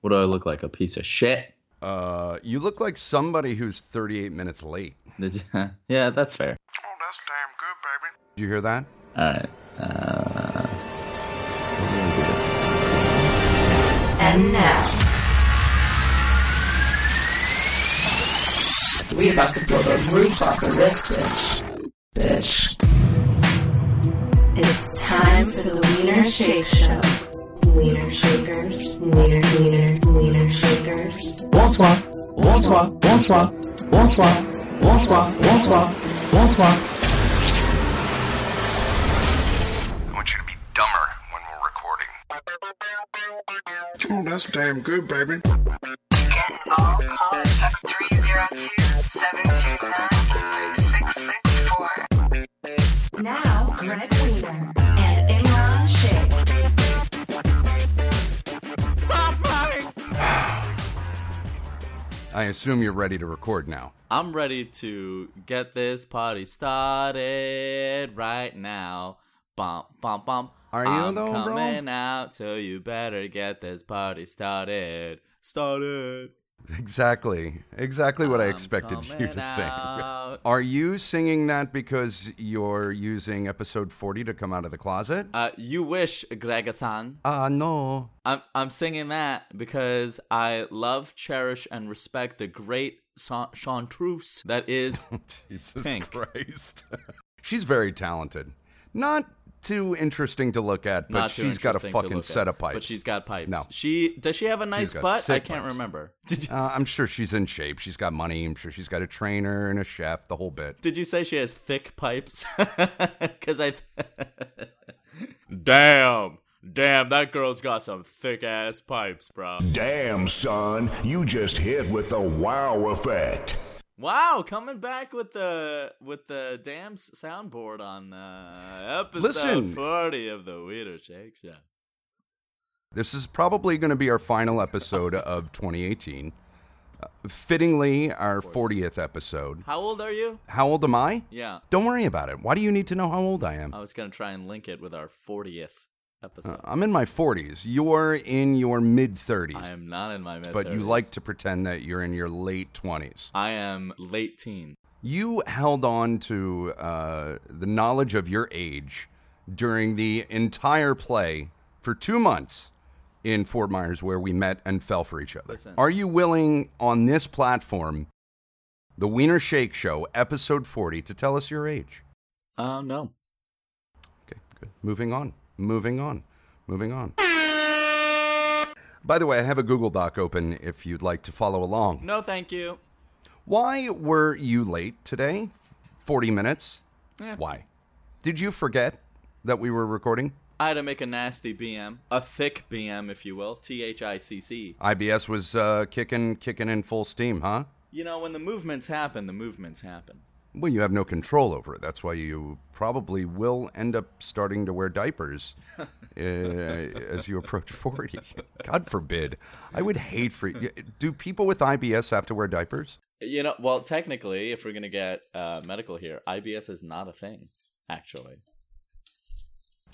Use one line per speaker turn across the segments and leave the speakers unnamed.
What do I look like? A piece of shit?
Uh, you look like somebody who's 38 minutes late.
yeah, that's fair.
Oh, that's damn good, baby.
Did you hear that?
All right. Uh,
And now. We about to blow the roof off of this bitch. Bitch. It's time for the Wiener Shake Show. Wiener Shakers. Wiener, Wiener, Wiener Shakers.
Bonsoir, bonsoir, bonsoir, bonsoir, bonsoir, bonsoir, bonsoir.
I want you to be dumber when we're recording. Oh, that's damn good, baby.
To get involved, call text 302-729-3664. Now, Greg Wiener and Imran Shake.
I assume you're ready to record now.
I'm ready to get this party started right now. Bump, bump, bump.
Are you
I'm
though, bro?
coming out, so you better get this party started. Started.
Exactly. Exactly what I
I'm
expected you
coming
to sing.
out.
Are you singing that because you're using episode 40 to come out of the closet?
Uh, you wish, Gregasan.
Ah, no.
I'm I'm singing that because I love, cherish, and respect the great Sa- Chartreuse that is
Jesus
Pink.
Christ. she's very talented. Not too interesting to look at, but
not too
she's got a
interesting to
fucking
look
set
at,
of pipes.
But she's got pipes.
No.
She does she have a nice
got
butt? I
sick
can't
pipes.
remember. Did you
Uh, I'm sure she's in shape. She's got money. I'm sure she's got a trainer and a chef, the whole bit.
Did you say she has thick pipes? Because I. damn, damn, that girl's got some thick ass pipes, bro.
Damn, son, you just hit with the wow effect.
Wow, coming back with the with the damn s- soundboard on uh, episode
Listen.
forty of the Weeder Shake Show.
This is probably going to be our final episode of 2018. Uh, fittingly, our 40th episode.
How old are you?
How old am I?
Yeah,
Don't worry about it. Why do you need to know how old I am?
I was gonna try and link it with our fortieth
Uh,
episode.
I'm in my 40s. You're in your mid 30s,
I am not in my mid.
but you like to pretend that you're in your late 20s.
I am late teen.
You held on to uh, the knowledge of your age during the entire play for two months in Fort Myers, where we met and fell for each other.
Listen.
Are you willing on this platform, the Wiener Shake Show, episode 40, to tell us your age?
Oh no.
Okay, good. Moving on, moving on, moving on. By the way, I have a Google Doc open if you'd like to follow along.
No, thank you.
Why were you late today? 40 minutes?
Yeah.
Why? Did you forget that we were recording?
I had to make a nasty BM, a thick BM, if you will, T H I C C.
IBS was uh, kicking, kicking in full steam, huh?
You know, when the movements happen, the movements happen.
Well, you have no control over it. That's why you probably will end up starting to wear diapers uh, as you approach 40. God forbid. I would hate for you. Do people with IBS have to wear diapers?
You know, well, technically, if we're gonna get uh, medical here, IBS is not a thing, actually.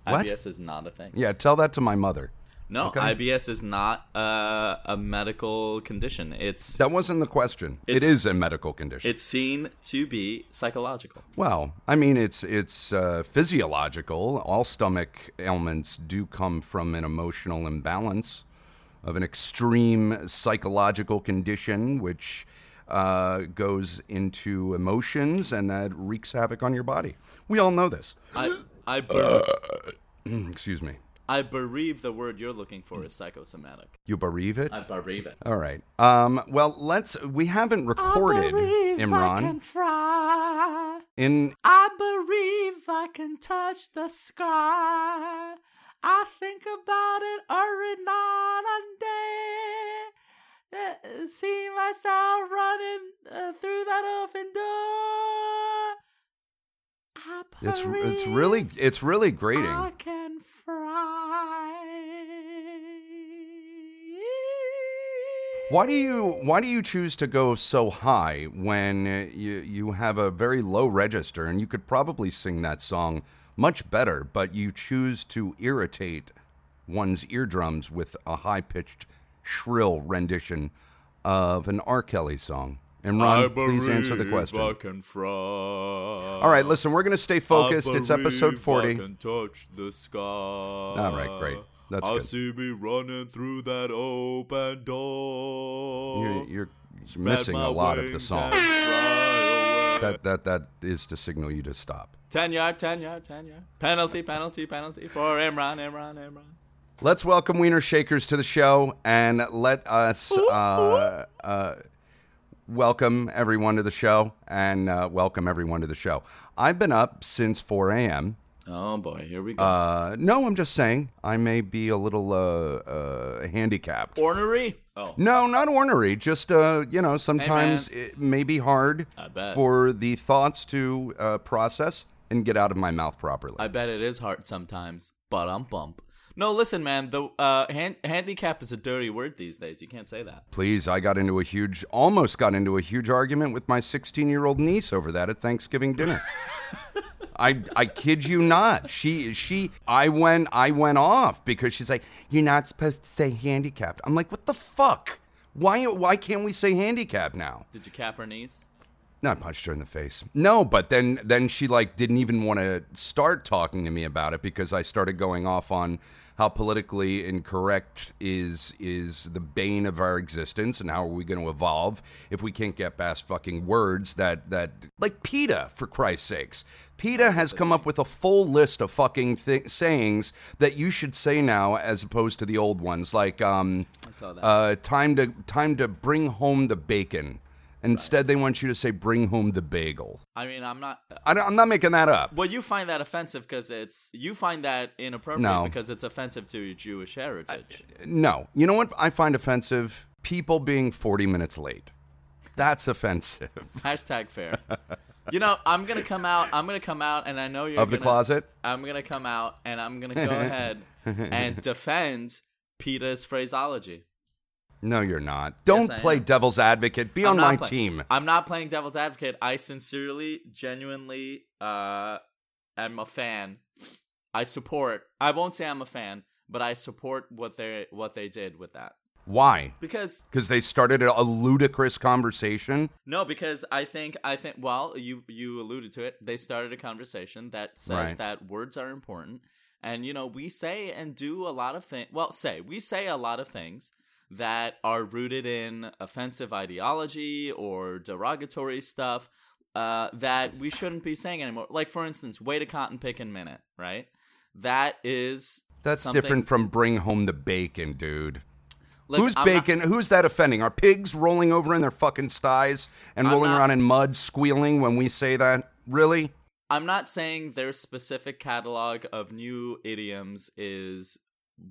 What?
IBS is not a thing.
Yeah, tell that to my mother.
No,
Okay.
IBS is not uh, a medical condition. It's
That wasn't the question. It
It's-
is a medical condition.
it's seen to be psychological.
Well, I mean, it's it's uh, physiological. All stomach ailments do come from an emotional imbalance of an extreme psychological condition, which uh, goes into emotions and that wreaks havoc on your body. We all know this.
I
Uh.
I, ber-
Excuse me.
I bereave the word you're looking for is psychosomatic.
You bereave it.
I bereave it.
all right. Um, well, let's. We haven't recorded, Imran.
fry.
in
I believe I can touch the sky. I think about it every night and day. can see myself running uh, through that open door. I
It's it's
breathe,
really it's really grating.
I can fry.
Why do you why do you choose to go so high when uh, you you have a very low register and you could probably sing that song much better, but you choose to irritate one's eardrums with a high pitched, shrill rendition of an R. Kelly song? And Ron, please answer the question. All
All
right, listen, we're going to stay focused. It's episode
I
40.
can touch the sky.
All right, great. That's
I
good.
see me running through that open door.
You're, you're
Spread
missing
my
a lot of the
wings and
song.
fly away.
That, that, that is to signal you to stop.
Ten yard, ten yard, ten yard. Penalty, penalty, penalty for Imran, Imran, Imran.
Let's welcome Wiener Shakers to the show and let us uh, uh, welcome everyone to the show and uh, welcome everyone to the show. I've been up since 4 a.m.
Oh boy, here we go.
Uh, no, I'm just saying I may be a little uh, uh, handicapped.
Ornery. Oh,
no, not ornery. Just uh, you know, sometimes it may be hard
I bet.
for the thoughts to uh, process and get out of my mouth properly.
I bet it is hard sometimes, but I'm bump. No, listen, man. The uh, hand- handicap is a dirty word these days. You can't say that.
Please, I got into a huge, almost got into a huge argument with my 16 year old niece over that at Thanksgiving dinner. I, I kid you not. She she I went I went off because she's like, You're not supposed to say handicapped. I'm like, what the fuck? Why why can't we say handicapped now?
Did you cap her knees?
Not punched her in the face. No, but then then she like didn't even want to start talking to me about it because I started going off on how politically incorrect is is the bane of our existence and how are we going to evolve if we can't get past fucking words that that like PETA for Christ's sakes. PETA has come up with a full list of fucking th- sayings that you should say now as opposed to the old ones like um
saw that.
uh time to time to bring home the bacon. Instead, they want you to say "bring home the bagel."
I mean, I'm not.
I don't, I'm not making that up.
Well, you find that offensive because it's you find that inappropriate
No.
because it's offensive to your Jewish heritage.
No, you know what I find offensive? People being 40 minutes late. That's offensive.
Hashtag fair. you know, I'm gonna come out. I'm gonna come out, and I know you're
Of the
gonna-
closet?
I'm gonna come out, and I'm gonna go ahead and defend Peter's phraseology.
No, you're not. Don't
I am.
play devil's advocate. Be
I'm
on
not
my
play-
team.
I'm not playing devil's advocate. I sincerely, genuinely, uh, am a fan. I support. I won't say I'm a fan, but I support what they what they did with that
Why?
because
Because they started a a ludicrous conversation.
No, because I think I think well, you you alluded to it. They started a conversation that says
Right.
that words are important, and you know we say and do a lot of things. Well, say we say a lot of things that are rooted in offensive ideology or derogatory stuff uh, that we shouldn't be saying anymore. Like for instance, wait a cotton pick in minute, right? That is
That's
something-
different from "bring home the bacon," dude.
Listen,
Who's
I'm not-
bacon? Who's that offending? Are pigs rolling over in their fucking styes and
I'm
rolling
not-
around in mud, squealing when we say that? Really?
I'm not saying their specific catalog of new idioms is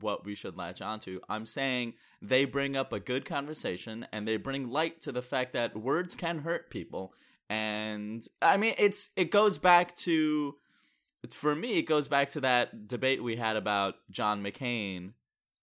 what we should latch onto. I'm saying they bring up a good conversation and they bring light to the fact that words can hurt people. And I mean, it's it goes back to it's- for me, it goes back to that debate we had about John McCain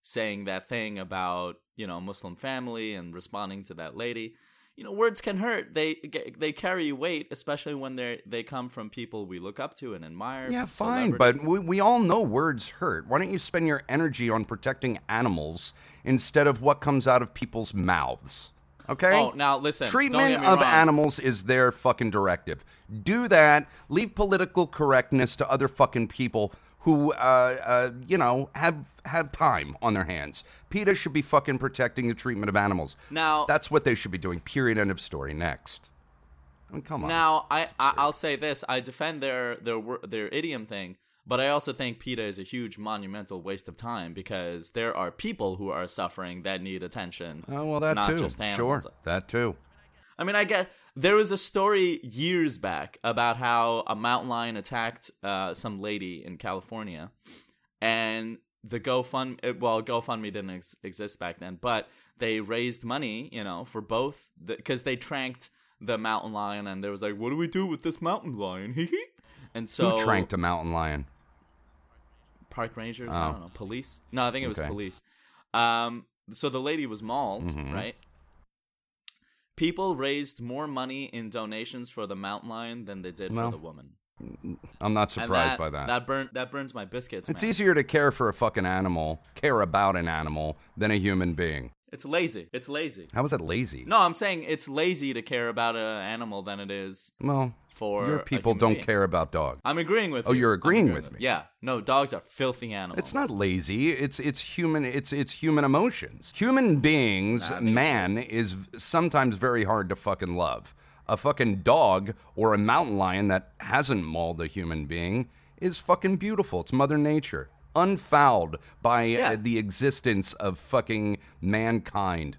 saying that thing about you know Muslim family and responding to that lady. You know, words can hurt. They they carry weight, especially when they they come from people we look up to and admire.
Yeah, fine,
celebrity-
but we, we all know words hurt. Why don't you spend your energy on protecting animals instead of what comes out of people's mouths? Okay?
Oh, now listen, don't get
Treatment
me
of
wrong.
animals is their fucking directive. Do that. Leave political correctness to other fucking people who, uh, uh, you know, have have time on their hands. PETA should be fucking protecting the treatment of animals.
Now-
that's what they should be doing. Period. End of story. Next. I mean, come on.
Now, I, I I'll say this: I defend their their wor- their idiom thing, but I also think PETA is a huge monumental waste of time because there are people who are suffering that need attention.
Oh well, that
not
too.
Just
sure,
animals.
that too.
I mean, I get there was a story years back about how a mountain lion attacked uh, some lady in California, and the GoFund it- well GoFundMe didn't ex- exist back then, but they raised money, you know, for both because they tranked the mountain lion, and there was like, what do we do with this mountain lion? Hee hee. and so
Who tranked a mountain lion?
park rangers. I don't know, police. No, I think it was
Oh. Okay.
police. Um, so the lady was mauled,
Mm-hmm.
right? People raised more money in donations for the mountain lion than they did
Well,
for the woman.
I'm not
And
surprised
that,
by that.
That burn that burns my biscuits.
it's
man.
easier to care for a fucking animal, care about an animal, than a human being.
It's lazy. It's lazy.
How is that lazy?
No, I'm saying it's lazy to care about an animal than it is
Well,
for
your
a
people
human
don't
being.
care about dogs.
I'm agreeing with
Oh,
you.
you're
I'm
agreeing with me.
Yeah. No, dogs are filthy animals.
It's not lazy. It's it's human. It's it's human emotions. Human beings, man is sometimes very hard to fucking love. A fucking dog or a mountain lion that hasn't mauled a human being is fucking beautiful. It's mother nature, unfouled by
Yeah.
uh, the existence of fucking mankind.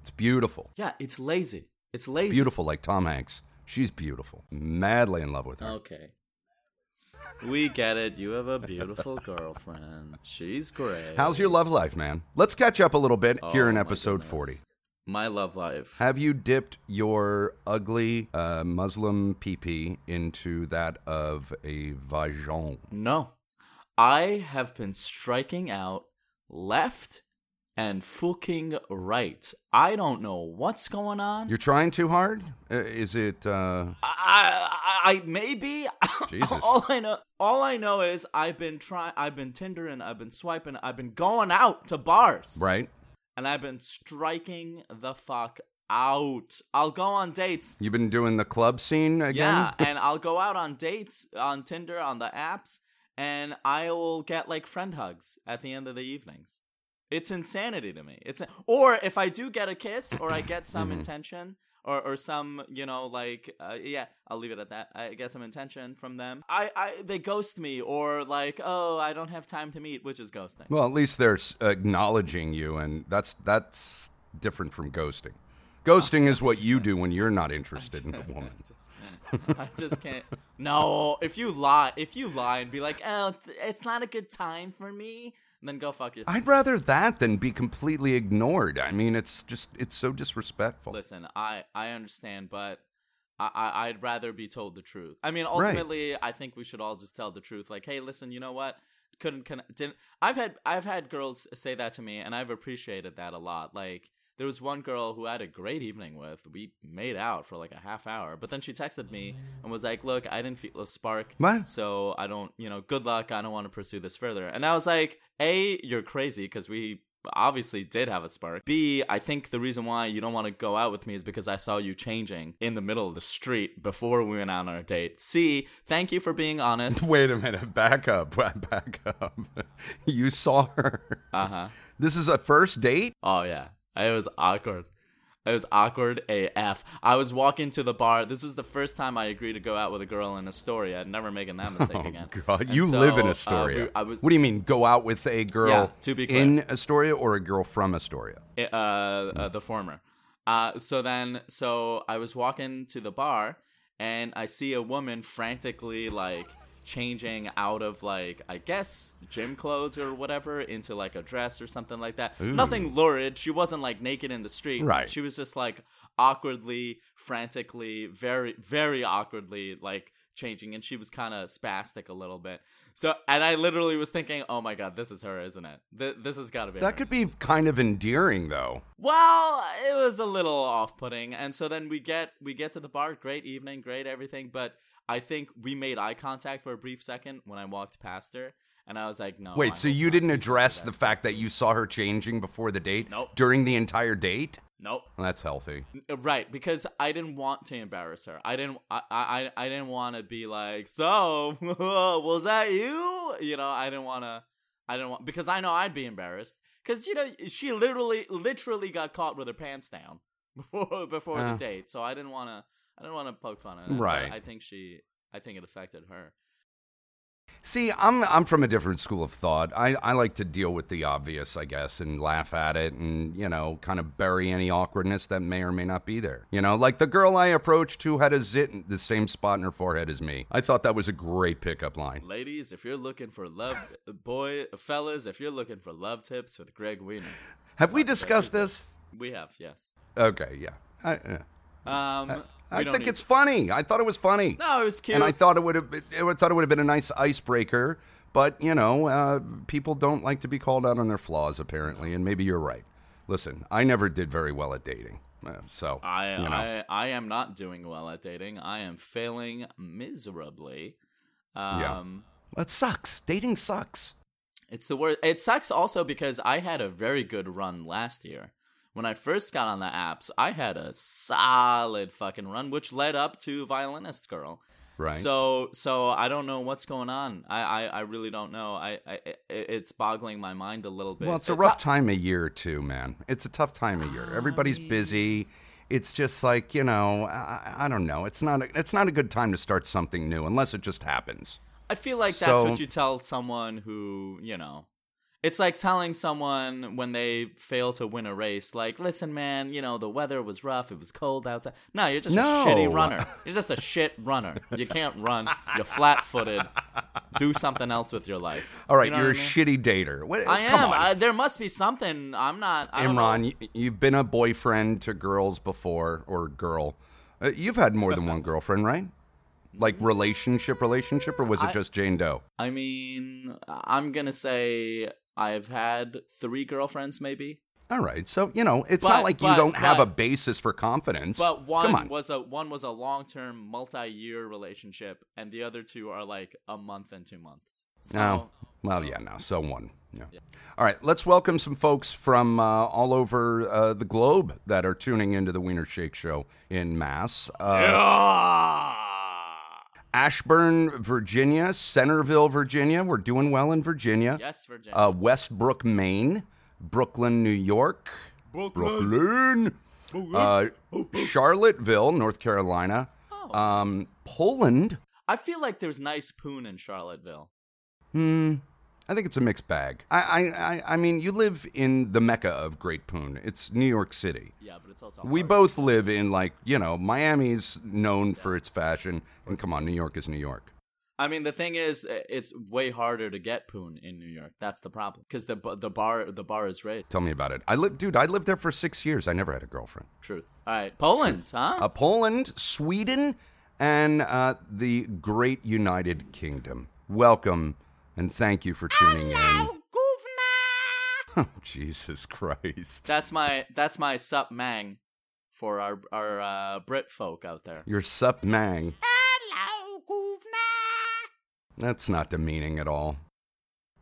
It's beautiful,
Yeah, it's lazy. It's lazy.
beautiful like Tom Hanks. She's beautiful. Madly in love with her.
Okay. We get it. You have a beautiful girlfriend. She's great.
How's your love life, man? Let's catch up a little bit
Oh,
here in
my
episode
goodness.
40.
My love life.
Have you dipped your ugly uh, Muslim peepee into that of a vajon?
No. I have been striking out left and fucking right. I don't know what's going on.
You're trying too hard? Uh, Is it? Uh,
I, I, I maybe.
Jesus.
all I know, all I know is I've been trying. I've been tindering. I've been swiping. I've been going out to bars,
right?
and I've been striking the fuck out. I'll go on dates.
You've been doing the club scene again?
Yeah, and I'll go out on dates on Tinder on the apps, and I will get like friend hugs at the end of the evenings. It's insanity to me. It's or if I do get a kiss or I get some intention or or some you know like uh, yeah I'll leave it at that. I get some intention from them. I I they ghost me or like oh I don't have time to meet, which is ghosting.
Well, at least they're s- acknowledging you, and that's that's different from ghosting. Ghosting is what you do when you're not interested in a woman.
I just can't. No, if you lie, if you lie and be like oh th- it's not a good time for me, then go fuck your.
I'd rather that than be completely ignored. I mean, it's just it's so disrespectful.
listen i i understand but I, I i'd rather be told the truth i mean ultimately i think we should all just tell the truth like hey listen you know what couldn't con- didn't i've had i've had girls say that to me and i've appreciated that a lot like there was one girl who I had a great evening with. We made out for like a half hour, but then she texted me and was like, "Look, I didn't feel a spark,
What?
so I don't, you know, good luck. I don't want to pursue this further." And I was like, "A, you're crazy because we obviously did have a spark. B, I think the reason why you don't want to go out with me is because I saw you changing in the middle of the street before we went on our date. C, thank you for being honest.
Wait a minute. Back up. Back up. You saw her.
Uh huh.
This is a first date?
Oh yeah, it was awkward. It was awkward AF. I was walking to the bar. This was the first time I agreed to go out with a girl in Astoria. I'd never making that mistake again.
Oh, God,
And
you
so,
live in
uh,
Astoria.
we- I was.
what do you mean, go out with a girl
Yeah, to be clear.
in Astoria or a girl from Astoria?
uh,
Mm.
uh, the former. Uh, so then, so I was walking to the bar, and I see a woman frantically like changing out of like I guess gym clothes or whatever into like a dress or something like that. Nothing lurid. She wasn't like naked in the street.
Right.
She was just like awkwardly, frantically, very, very awkwardly like changing, and she was kind of spastic a little bit. So, and I literally was thinking, oh my god, this is her, isn't it? Th- this has got to be. her.
That could be kind of endearing, though.
Well, it was a little off-putting, and so then we get we get to the bar. Great evening, great everything, but I think we made eye contact for a brief second when I walked past her, and I was like, "No." Oh, I
Wait, so
hope
you
not.
didn't address the fact that you saw her changing before the date
Nope.
during the entire date?
Nope.
Well, that's healthy.
Right, because I didn't want to embarrass her. I didn't. I. I. I didn't want to be like, so was that you? You know, I didn't want to. I didn't want because I know I'd be embarrassed because you know she literally, literally got caught with her pants down before before
Yeah.
the date. So I didn't want to. I didn't want to poke fun at it. but
Right.
I think she. I think it affected her.
See, I'm I'm from a different school of thought. I, I like to deal with the obvious, I guess, and laugh at it and, you know, kind of bury any awkwardness that may or may not be there. You know, like the girl I approached who had a zit in the same spot in her forehead as me. I thought that was a great pickup line.
Ladies, if you're looking for love, boy, fellas, if you're looking for love tips with Greg Wiener,
Have we discussed this?
we have yes.
Okay, yeah. I, yeah.
Um, we
I
don't
think
need-
it's funny. I thought it was funny.
no, it was cute.
and I thought it would have been, I thought it would have been a nice icebreaker. But you know, uh, people don't like to be called out on their flaws, apparently, and maybe you're right. Listen, I never did very well at dating, uh, so
I,
you know,
I I am not doing well at dating. I am failing miserably.
Yeah.
Um
it sucks. Dating sucks.
it's the worst. It sucks also because I had a very good run last year. When I first got on the apps, I had a solid fucking run which led up to Violinist Girl.
Right.
So so I don't know what's going on. I I, I really don't know. I, I it- it's boggling my mind a little bit.
well, it's a rough time of year too, man. It's a tough time of year. Everybody's
Ah,
busy. It's just like you know, I, I don't know. It's not a, it's not a good time to start something new unless it just happens.
I feel like that's
So-
what you tell someone who, you know, it's like telling someone when they fail to win a race, like, listen, man, you know, the weather was rough, it was cold outside. No, you're just
No.
a shitty runner. You're just a shit runner. You can't run. You're flat footed. Do something else with your life.
All right,
you
you
know
are
what
a shitty dater. What,
I mean? I
come
am.
on.
I, there must be something. I'm not. I don't know.
Imran, you, you've been a boyfriend to girls before, or girl. Uh, you've had more than one girlfriend, right? Like relationship, relationship, or was it just Jane Doe?
I mean, I'm going to say I've had three girlfriends, maybe.
All right, so you know it's
But-
not like
but-
you don't have a
but-
basis for confidence.
But
come
one
on,
was a one was a long term, multi year relationship, and the other two are like a month and two months. So,
no, well, yeah, no, so one. Yeah. All right, let's welcome some folks from uh, all over uh, the globe that are tuning into the Wiener Shake Show in mass. Uh, Ashburn, Virginia, Centerville, Virginia. We're doing well in Virginia.
Yes, Virginia.
uh, Westbrook, Maine, Brooklyn, New York, Brooklyn, Uh, Charlottesville, North Carolina, um, Poland.
I feel like there's nice poon in Charlottesville.
I think it's a mixed bag. I, I, I, I mean, you live in the mecca of Great Poon. It's New York City.
Yeah, but it's also
We
hard.
both live in like you know Miami's known for its fashion, and come on, New York is New York.
I mean, the thing is, uh, it's way harder to get poon in New York. That's the problem because the bu- the bar the bar is raised.
Tell me about it. I lived, dude. I lived there for six years. I never had a girlfriend.
Truth. All right, Poland, huh?
uh, Poland, Sweden, and uh, the great United Kingdom. Welcome and thank you for tuning in. Oh, Jesus Christ.
that's my that's my sup mang for our our uh, Brit folk out there.
You're sup mang. That's not demeaning at all.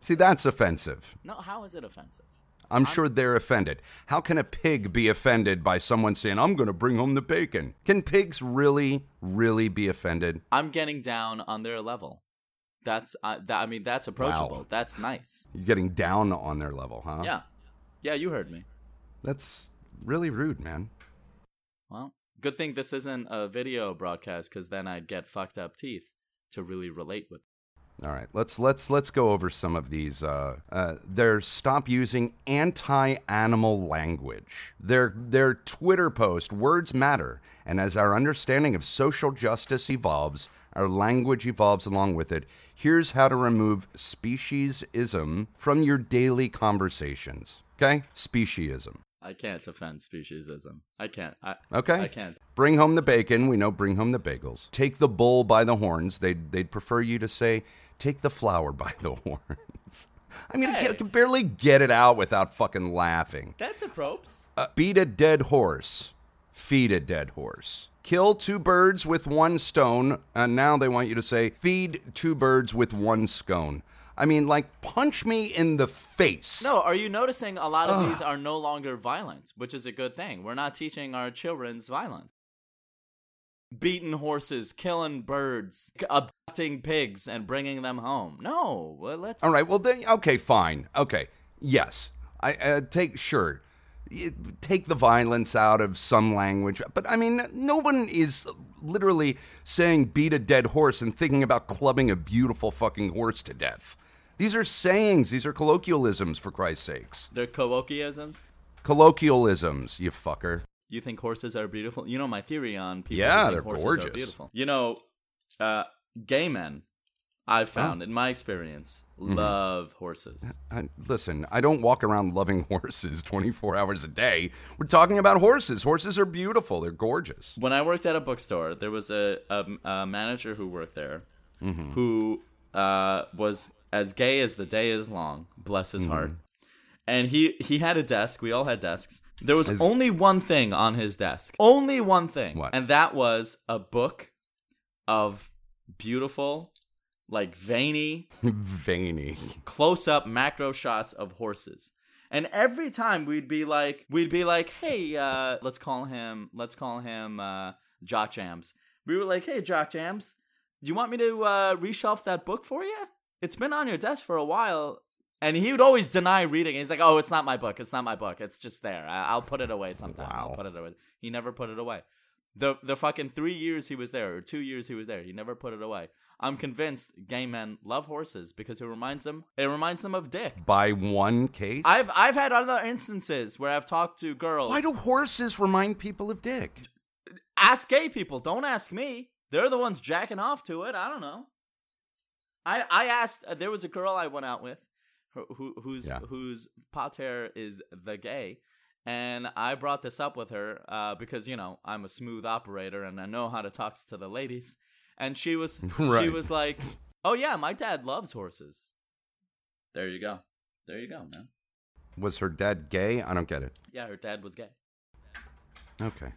See, that's offensive.
No, how is it offensive?
I'm sure they're offended. How can a pig be offended by someone saying, I'm going to bring home the bacon? Can pigs really, really be offended?
I'm getting down on their level. That's uh, that, I mean that's approachable.
Wow.
That's nice.
You're getting down on their level, huh?
Yeah, yeah, you heard me.
That's really rude, man.
Well, good thing this isn't a video broadcast because then I'd get fucked up teeth to really relate with.
All right, let's let's let's go over some of these. Uh, uh, they're stop using anti-animal language. Their their Twitter post, words matter, and as our understanding of social justice evolves, our language evolves along with it. Here's how to remove speciesism from your daily conversations. Okay, speciesism.
I can't defend speciesism. I can't. I,
Okay.
I can't.
Bring home the bacon. We know bring home the bagels. Take the bull by the horns. They'd, they'd prefer you to say, take the flower by the horns. I mean, I, can, I can barely get it out without fucking laughing.
That's a props.
Uh, beat a dead horse. Feed a dead horse. Kill two birds with one stone. And now they want you to say, feed two birds with one scone. I mean, like, punch me in the face.
No, are you noticing a lot of these are no longer violent, which is a good thing. We're not teaching our children's violence. Beating horses, killing birds, c- abducting pigs, and bringing them home. No, well, let's.
All right. Well, then, okay, fine. Okay. Yes. I uh, take, sure. Y- Take the violence out of some language. But I mean, no one is literally saying beat a dead horse and thinking about clubbing a beautiful fucking horse to death. These are sayings, these are colloquialisms, for Christ's sakes.
They're colloquialisms.
Colloquialisms, you fucker.
You think horses are beautiful? You know my theory on people. who
Yeah,
think
they're
horses Are
gorgeous.
beautiful. You know, uh, gay men, I've found in my experience,
Mm-hmm.
love horses.
I, listen, I don't walk around loving horses 24 hours a day. We're talking about horses. Horses are beautiful, they're gorgeous.
When I worked at a bookstore, there was a, a, a manager who worked there who uh, was as gay as the day is long. Bless his heart. And he he had a desk. We all had desks. There was only one thing on his desk. Only one thing,
What?
and that was a book of beautiful, like veiny,
Veiny.
close up macro shots of horses. And every time we'd be like, we'd be like, hey, uh, let's call him, let's call him uh, Jock Jams. We were like, hey, Jock Jams, do you want me to uh, reshelf that book for you? It's been on your desk for a while. And he would always deny reading. He's like, oh, it's not my book. It's not my book. It's just there. I- I'll put it away sometime. I'll
Wow.
put it away. He never put it away. The, the fucking three years he was there, or two years he was there, he never put it away. I'm convinced gay men love horses because it reminds them it reminds them of dick.
By one case?
I've I've had other instances where I've talked to girls.
Why do horses remind people of dick?
ask gay people. Don't ask me. They're the ones jacking off to it. I don't know. I I asked. Uh, there was a girl I went out with, who, who whose
Yeah.
whose pater is the gay, and I brought this up with her uh, because you know I'm a smooth operator and I know how to talk to the ladies, and she was she
Right.
was like, oh yeah, my dad loves horses. There you go. There you go, man.
Was her dad gay? I don't get it.
Yeah, her dad was gay.
Okay.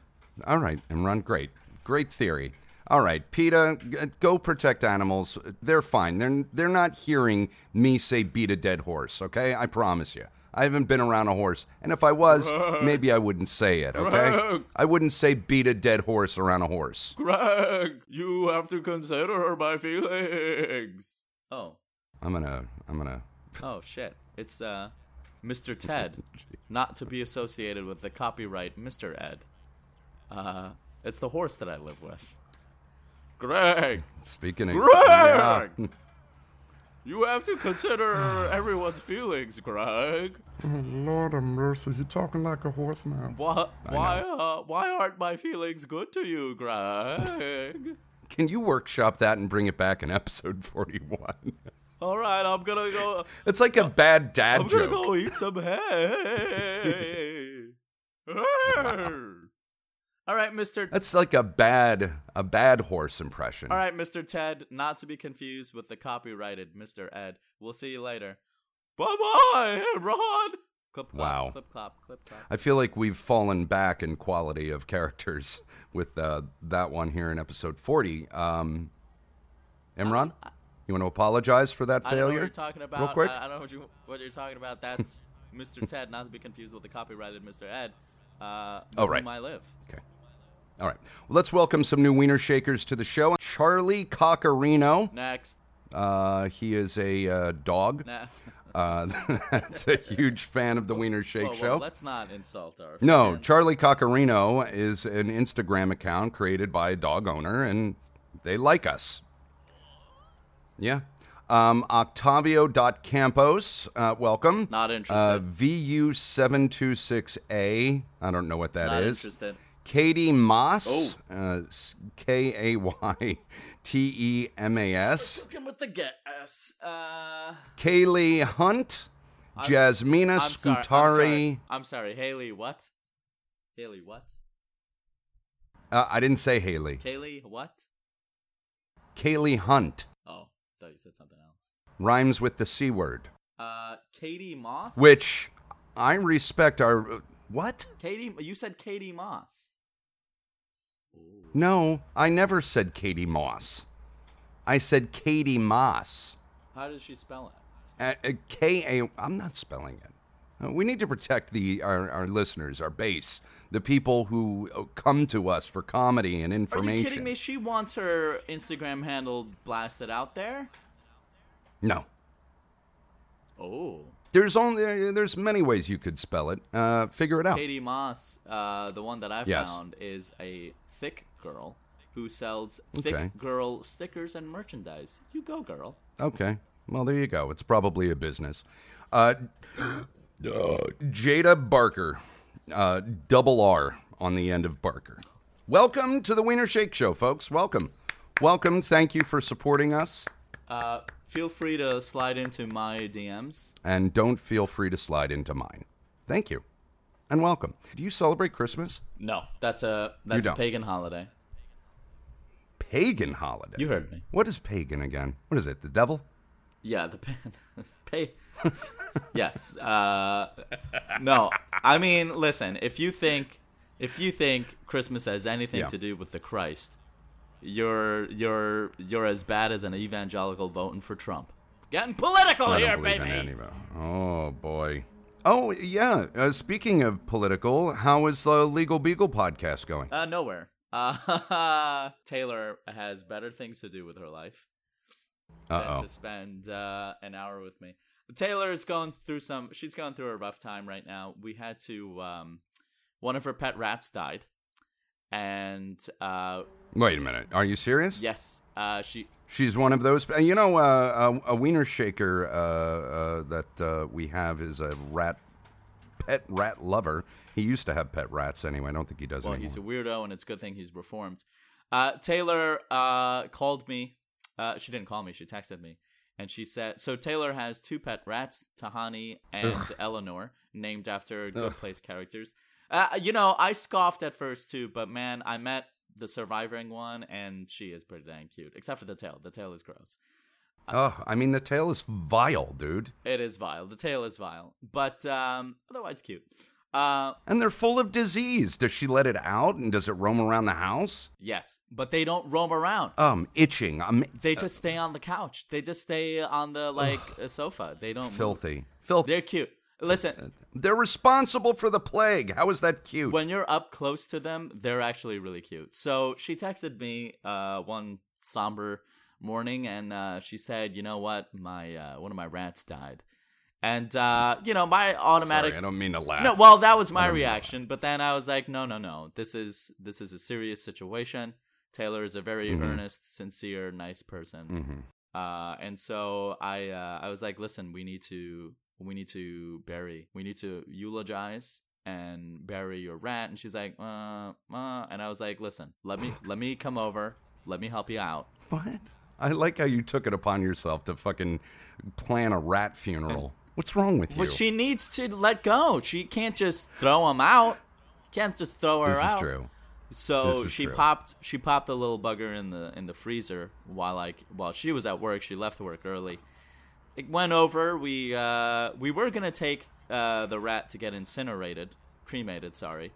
All right, Imran, great. Great theory. All right, PETA, g- go protect animals. They're fine. They're, they're not hearing me say beat a dead horse, okay? I promise you. I haven't been around a horse. And if I was, maybe I wouldn't say it, okay?
Greg.
I wouldn't say beat a dead horse around a horse.
Greg, you have to consider my feelings. Oh,
I'm gonna, I'm gonna.
oh shit. It's uh Mr. Ted, not to be associated with the copyright Mr. Ed. Uh it's the horse that I live with. Greg,
Speaking of.
Greg! you have to consider everyone's feelings, Greg.
Lord of mercy, you're talking like a horse now.
Why why uh, why aren't my feelings good to you, Greg?
Can you workshop that and bring it back in episode 41?
All right, I'm going to go
It's like a bad dad
I'm
joke.
gonna go eat some hay. All right, Mister.
That's like a bad, a bad horse impression.
All right, Mister Ted. Not to be confused with the copyrighted Mister Ed. We'll see you later. Bye bye, Ron. Clip clop.
Wow.
Clip clop. Clip clop.
I feel like we've fallen back in quality of characters with uh, that one here in episode 40. Um, Imran, you want to apologize for that
I don't know what
failure?
you're talking about. Uh,
Real quick?
I, I don't know what you what you're talking about. That's Mister Ted. Not to be confused with the copyrighted Mister Ed. Uh, with
Oh, right.
Whom I live.
okay. All right. Well, let's welcome some new wiener shakers to the show. Charlie Cockerino.
Next.
Uh, he is a uh, dog.
Nah.
Uh, that's a huge fan of the Wiener Shake
Whoa, whoa,
Show.
Let's not insult our.
No,
fans.
Charlie Cockerino is an Instagram account created by a dog owner, and they like us. Yeah. Um, Octavio.campos, uh, welcome.
Not interested.
Uh, VU726A, I don't know what that
not
is.
interested.
Katie Moss,
Oh.
uh, K A Y T E M A S.
Come with the get us. Uh,
Kaylee Hunt, Jasmina
I'm sorry, I'm sorry.
Scutari.
I'm sorry. Haley, what? Haley, what?
Uh, I didn't say Haley.
Kaylee, what?
Kaylee Hunt.
Oh, thought you said something else.
rhymes with the C word,
Uh, Katie Moss.
which I respect our. What?
Katie, you said Katie Moss.
No, I never said Katie Moss. I said Katie Moss.
How does she spell it?
Uh, uh, K A. I'm not spelling it. Uh, we need to protect the our, our listeners, our base, the people who uh, come to us for comedy and
Are
information.
you kidding me? She wants her Instagram handle blasted out there.
No.
Oh,
There's only uh, there's many ways you could spell it. Uh, figure it out.
Katie Moss, uh, the one that I
Yes.
found is a thick girl who sells thick
Okay.
girl stickers and merchandise. You go, girl.
Okay. Well, there you go. It's probably a business. Uh, uh, Jada Barker, uh, double R on the end of Barker. Welcome to the Wiener Shake Show, folks. Welcome. Welcome. Thank you for supporting us.
Uh, feel free to slide into my DMs.
And don't feel free to slide into mine. Thank you. And welcome. Do you celebrate Christmas?
No, that's a that's a
don't.
pagan holiday.
Pagan holiday.
You heard me.
What is pagan again? What is it? The devil?
Yeah, the pan. pay. yes. Uh, no, I mean, listen. If you think, if you think Christmas has anything
Yeah.
to do with the Christ, you're you're you're as bad as an evangelical voting for Trump. Getting political
I don't
here,
believe in
Oh, baby.
any of it. Oh boy. Oh yeah. Uh, speaking of political, how is the Legal Beagle podcast going?
Uh, nowhere. Uh, Taylor has better things to do with her life. than
Uh
to spend uh, an hour with me. Taylor is going through some. She's going through a rough time right now. We had to. Um, one of her pet rats died, and uh,
oh. Wait a minute. Are you serious?
yes, uh, she.
She's one of those. and You know, uh, a, a wiener shaker uh, uh, that uh, we have is a rat, pet rat lover. He used to have pet rats anyway. I don't think he does
Well,
anymore.
he's a weirdo, and it's a good thing he's reformed. Uh, Taylor uh, called me. Uh, she didn't call me. She texted me, and she said. So Taylor has two pet rats, Tahani and Eleanor, named after Good Place characters. Uh, you know, I scoffed at first too, but man, I met the surviving one, and she is pretty dang cute, except for the tail. The tail is gross.
oh, I mean, the tail is vile, dude.
It is vile. The tail is vile, but um, otherwise cute. Uh,
And they're full of disease. Does she let it out? And does it roam around the house?
yes, but they don't roam around.
Um, itching. I'm
They just stay on the couch. They just stay on the like uh, sofa. They don't move.
filthy. Uh, Filthy.
They're cute. Listen,
They're responsible for the plague. How is that cute?
when you're up close to them, they're actually really cute. So she texted me uh, one somber morning, and uh, she said, "You know what? My uh, one of my rats died." And uh, you know, my automatic
Sorry, I don't mean to laugh.
No, well, that was my
don't know.
reaction, but then I was like, no, no, no. This is this is a serious situation. Taylor is a very
Mm-hmm.
earnest, sincere, nice person. Uh, and so I uh, I was like, listen, we need to we need to bury, we need to eulogize and bury your rat. And she's like, uh, uh, and I was like, listen, let me let me come over, let me help you out.
what? I like how you took it upon yourself to fucking plan a rat funeral. What's wrong with you?
But she needs to let go. She can't just throw him out. Can't just throw her
this
out.
is true. This
So
is
she
true.
popped she popped the little bugger in the in the freezer while like while she was at work. She left work early. It went over. We uh, we were gonna take uh, the rat to get incinerated, cremated. Sorry,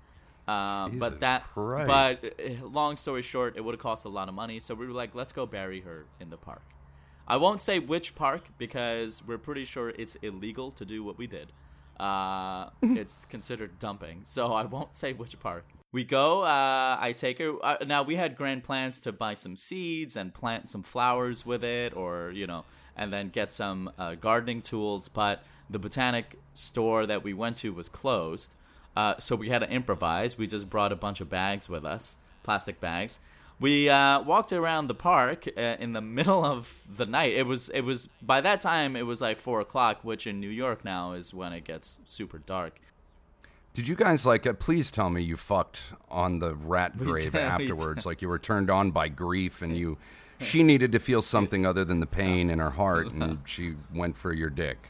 uh,
Jesus
but that
Christ.
but eh, long story short, it would have cost a lot of money. So we were like, let's go bury her in the park. I won't say which park because we're pretty sure it's illegal to do what we did. Uh, it's considered dumping, so I won't say which park. We go. Uh, I take her. Uh, now we had grand plans to buy some seeds and plant some flowers with it, or you know, and then get some uh, gardening tools. But the botanic store that we went to was closed, uh, so we had to improvise. We just brought a bunch of bags with us, plastic bags. We uh, walked around the park uh, in the middle of the night. It was it was by that time it was like four o'clock, which in New York now is when it gets super dark.
Did you guys like? Uh, please tell me you fucked on the rat grave
did, we
afterwards. Like you were turned on by grief, and you, she needed to feel something other than the pain in her heart, and she went for your dick.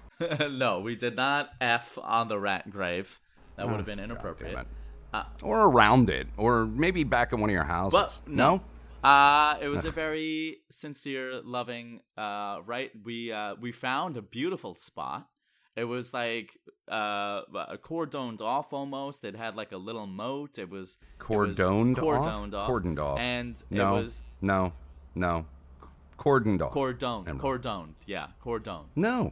no, we did not f on the rat grave. That would have been
Damn
inappropriate.
it. or around it, or maybe back in one of your houses.
But no. Uh, it was a very sincere, loving. Uh, right, we uh, we found a beautiful spot. It was like uh, cordoned off almost. It had like a little moat. It was it was
cordoned
cordoned off,
off? cordoned off
and
no
it was
no no cordoned off
cordoned,
Never mind.
cordoned, yeah, cordoned.
no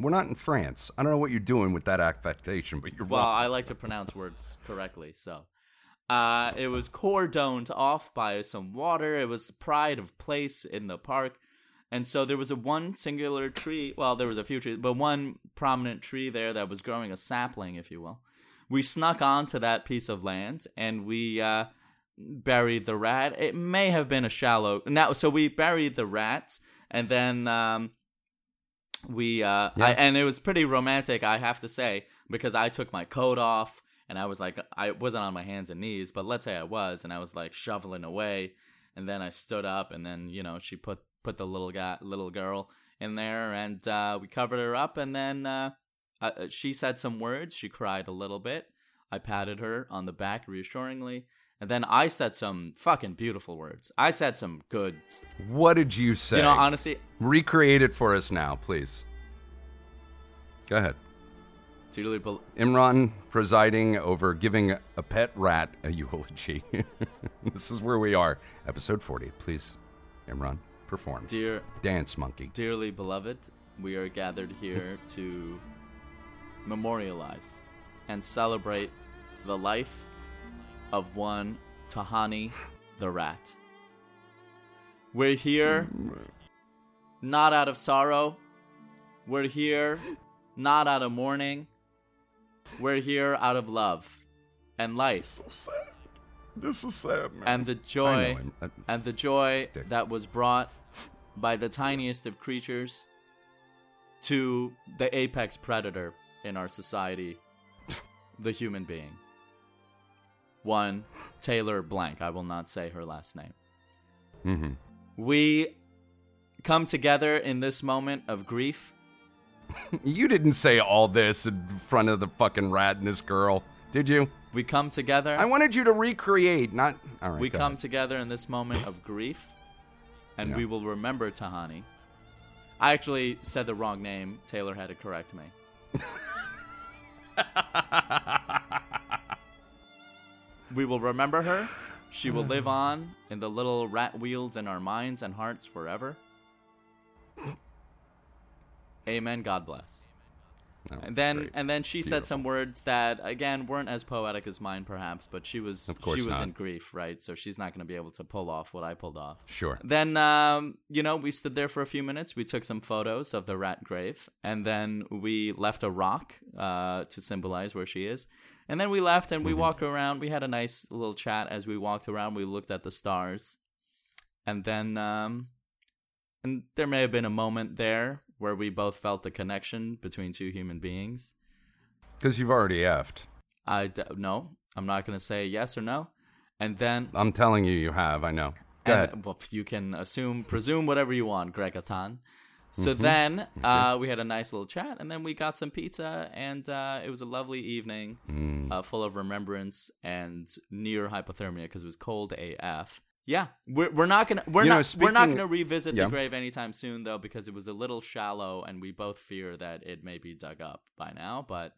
we're not in france i don't know what you're doing with that affectation but you're
Well,
wrong
I like to pronounce words correctly, so. Uh, it was cordoned off by some water. It was pride of place in the park. And so there was a one singular tree. Well, there was a few trees, but one prominent tree there that was growing a sapling, if you will. We snuck onto that piece of land and we uh, bury the rat. It may have been a shallow. Now, so we buried the rat, and then um, we uh, I, and it was pretty romantic, I have to say, because I took my coat off and I was like, I wasn't on my hands and knees, but let's say I was, and I was like shoveling away, and then I stood up, and then you know she put put the little guy little girl in there, and uh, we covered her up, and then. Uh, uh, she said some words. She cried a little bit. I patted her on the back reassuringly. And then I said some fucking beautiful words. I said some good,
What did you say?
you know, honestly,
Recreate it for us now, please. Go ahead.
totally. bel
Imran presiding over giving a pet rat a eulogy. this is where we are. Episode 40. Please, Imran, perform.
dear,
Dance monkey.
dearly beloved, we are gathered here to memorialize and celebrate the life of one Tahani the rat. We're here not out of sorrow. We're here not out of mourning. We're here out of love and light
Sad. This is sad, man.
and the joy
I'm- I'm-
and the joy
Dick.
that was brought by the tiniest of creatures to the apex predator in our society the human being one taylor blank i will not say her last name
Mm-hmm.
we come together in this moment of grief
You didn't say all this in front of the fucking rat and this girl, did you?
we come together
I wanted you to recreate, not. All right.
we
go
come
ahead.
together in this moment of grief and
Yeah.
we will remember tahani i actually said the wrong name taylor had to correct me we will remember her she will live on in the little rat wheels in our minds and hearts forever amen god bless
All right,
and then
Oh, great.
and then she said some words that again weren't as poetic as mine perhaps, but she was
Of course
she was
not.
in grief, right? So she's not going to be able to pull off what I pulled off.
Sure.
Then um, you know, we stood there for a few minutes, we took some photos of the rat grave, and then we left a rock uh, to symbolize where she is. And then we left and we walked around. We had a nice little chat as we walked around. We looked at the stars. And then um and there may have been a moment there where we both felt the connection between two human beings.
Because you've already effed.
I d- no, I'm not going to say yes or no. And then
I'm telling you, you have. I know. Go
and-
ahead.
well, you can assume, presume whatever you want, Greg Atan. So
Mm-hmm.
then uh, we had a nice little chat, and then we got some pizza, and uh, it was a lovely evening,
Mm.
uh, full of remembrance and near hypothermia because it was cold AF. Yeah, we're, we're not gonna we're
You know,
not we're not
speaking-
gonna revisit
yeah.
the grave anytime soon though because it was a little shallow, and we both fear that it may be dug up by now. But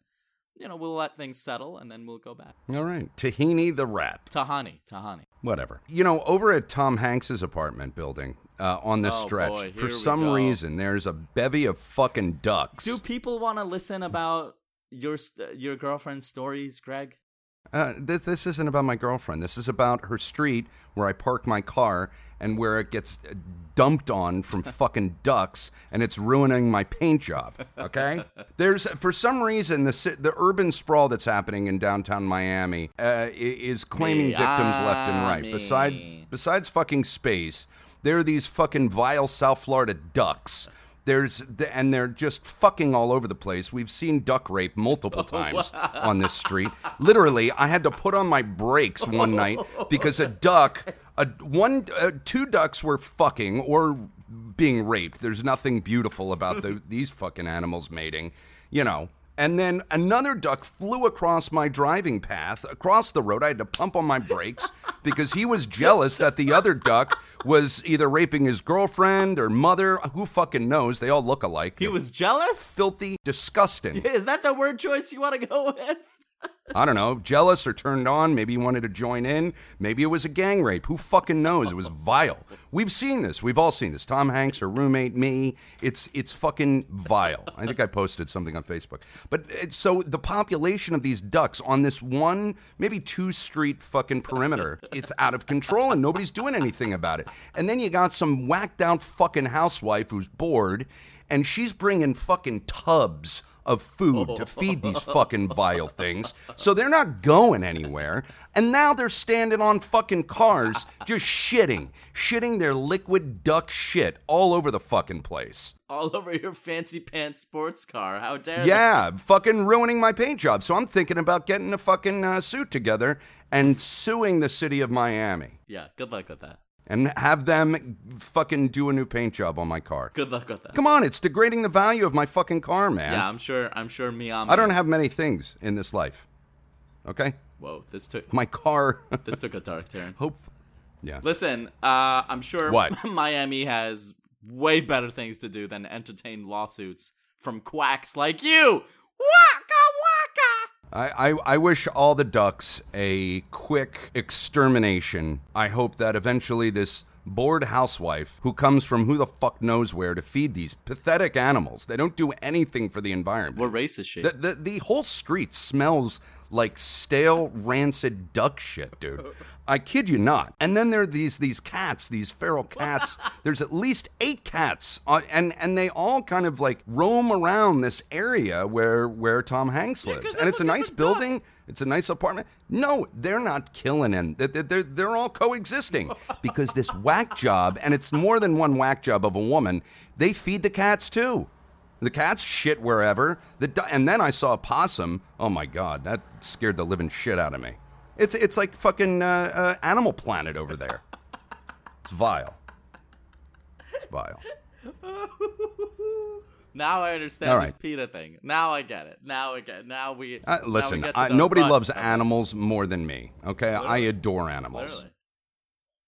you know, we'll let things settle, and then we'll go back.
All right. Tahini the rat.
Tahani, Tahani.
whatever. You know, over at Tom Hanks's apartment building uh, on this
Oh,
stretch,
boy, here
for
we
some
go.
reason, there's a bevy of fucking ducks.
Do people want to
Hmm.
listen about your st- your girlfriend's stories, Greg?
Uh, this, this isn't about my girlfriend. This is about her street where I park my car and where it gets uh, dumped on from fucking ducks and it's ruining my paint job. Okay? There's, for some reason, the, ci- the urban sprawl that's happening in downtown Miami uh, i- is claiming victims left and right. Besides, besides fucking space, there are these fucking vile South Florida ducks. There's th- and they're just fucking all over the place. We've seen duck rape multiple times on this street. Literally, I had to put on my brakes one night because a duck, a one, uh, two ducks were fucking or being raped. There's nothing beautiful about the, these fucking animals mating, you know. And then another duck flew across my driving path, across the road. I had to pump on my brakes because he was jealous that the other duck was either raping his girlfriend or mother. Who fucking knows? They all look alike.
He was jealous.
filthy, disgusting.
Is that the word choice you want to go with?
I don't know, jealous or turned on. Maybe he wanted to join in. Maybe it was a gang rape. Who fucking knows? It was vile. We've seen this. We've all seen this. Tom Hanks, her roommate, me. It's it's fucking vile. I think I posted something on Facebook. But it's, so the population of these ducks on this one, maybe two street fucking perimeter, it's out of control and nobody's doing anything about it. And then you got some whacked out fucking housewife who's bored, and she's bringing fucking tubs of food to feed these fucking vile things. So they're not going anywhere. And now they're standing on fucking cars just shitting, shitting their liquid duck shit all over the fucking place.
all over your fancy pants sports car. How dare they?
Yeah, fucking ruining my paint job. So I'm thinking about getting a fucking uh, suit together and suing the city of Miami
Yeah, good luck with that.
and have them fucking do a new paint job on my car.
Good luck with that.
Come on, it's degrading the value of my fucking car, man.
Yeah, I'm sure. I'm sure Miyami.
I don't
is-
have many things in this life. Okay?
Whoa, this took
My car.
this took a dark turn.
Hope. Yeah.
Listen, uh, I'm sure
What?
Miami has way better things to do than entertain lawsuits from quacks like you. Waka
I, I, I wish all the ducks a quick extermination. I hope that eventually this bored housewife who comes from who the fuck knows where to feed these pathetic animals, they don't do anything for the environment.
waka. What race is she?
The, the, the whole street smells like stale, rancid duck shit, dude. I kid you not. And then there are these these cats, these feral cats. There's at least eight cats, uh, and and they all kind of like roam around this area where where Tom Hanks lives. And it's a nice building. It's a nice apartment. No, they're not killing him. They're, they're, they're all coexisting because this whack job, and it's more than one whack job of a woman. They feed the cats too. The cats shit wherever. The do- and then I saw a possum. Oh my god, that scared the living shit out of me. It's it's like fucking uh, uh, Animal Planet over there. It's vile. It's vile.
now I understand
All
this
right.
PETA thing. Now I get it. Now I get it. Now we.
Uh,
now we
listen,
get to
I,
the
nobody
butt
loves
of it.
animals more than me. Okay, I
Clearly.
adore animals,
Clearly.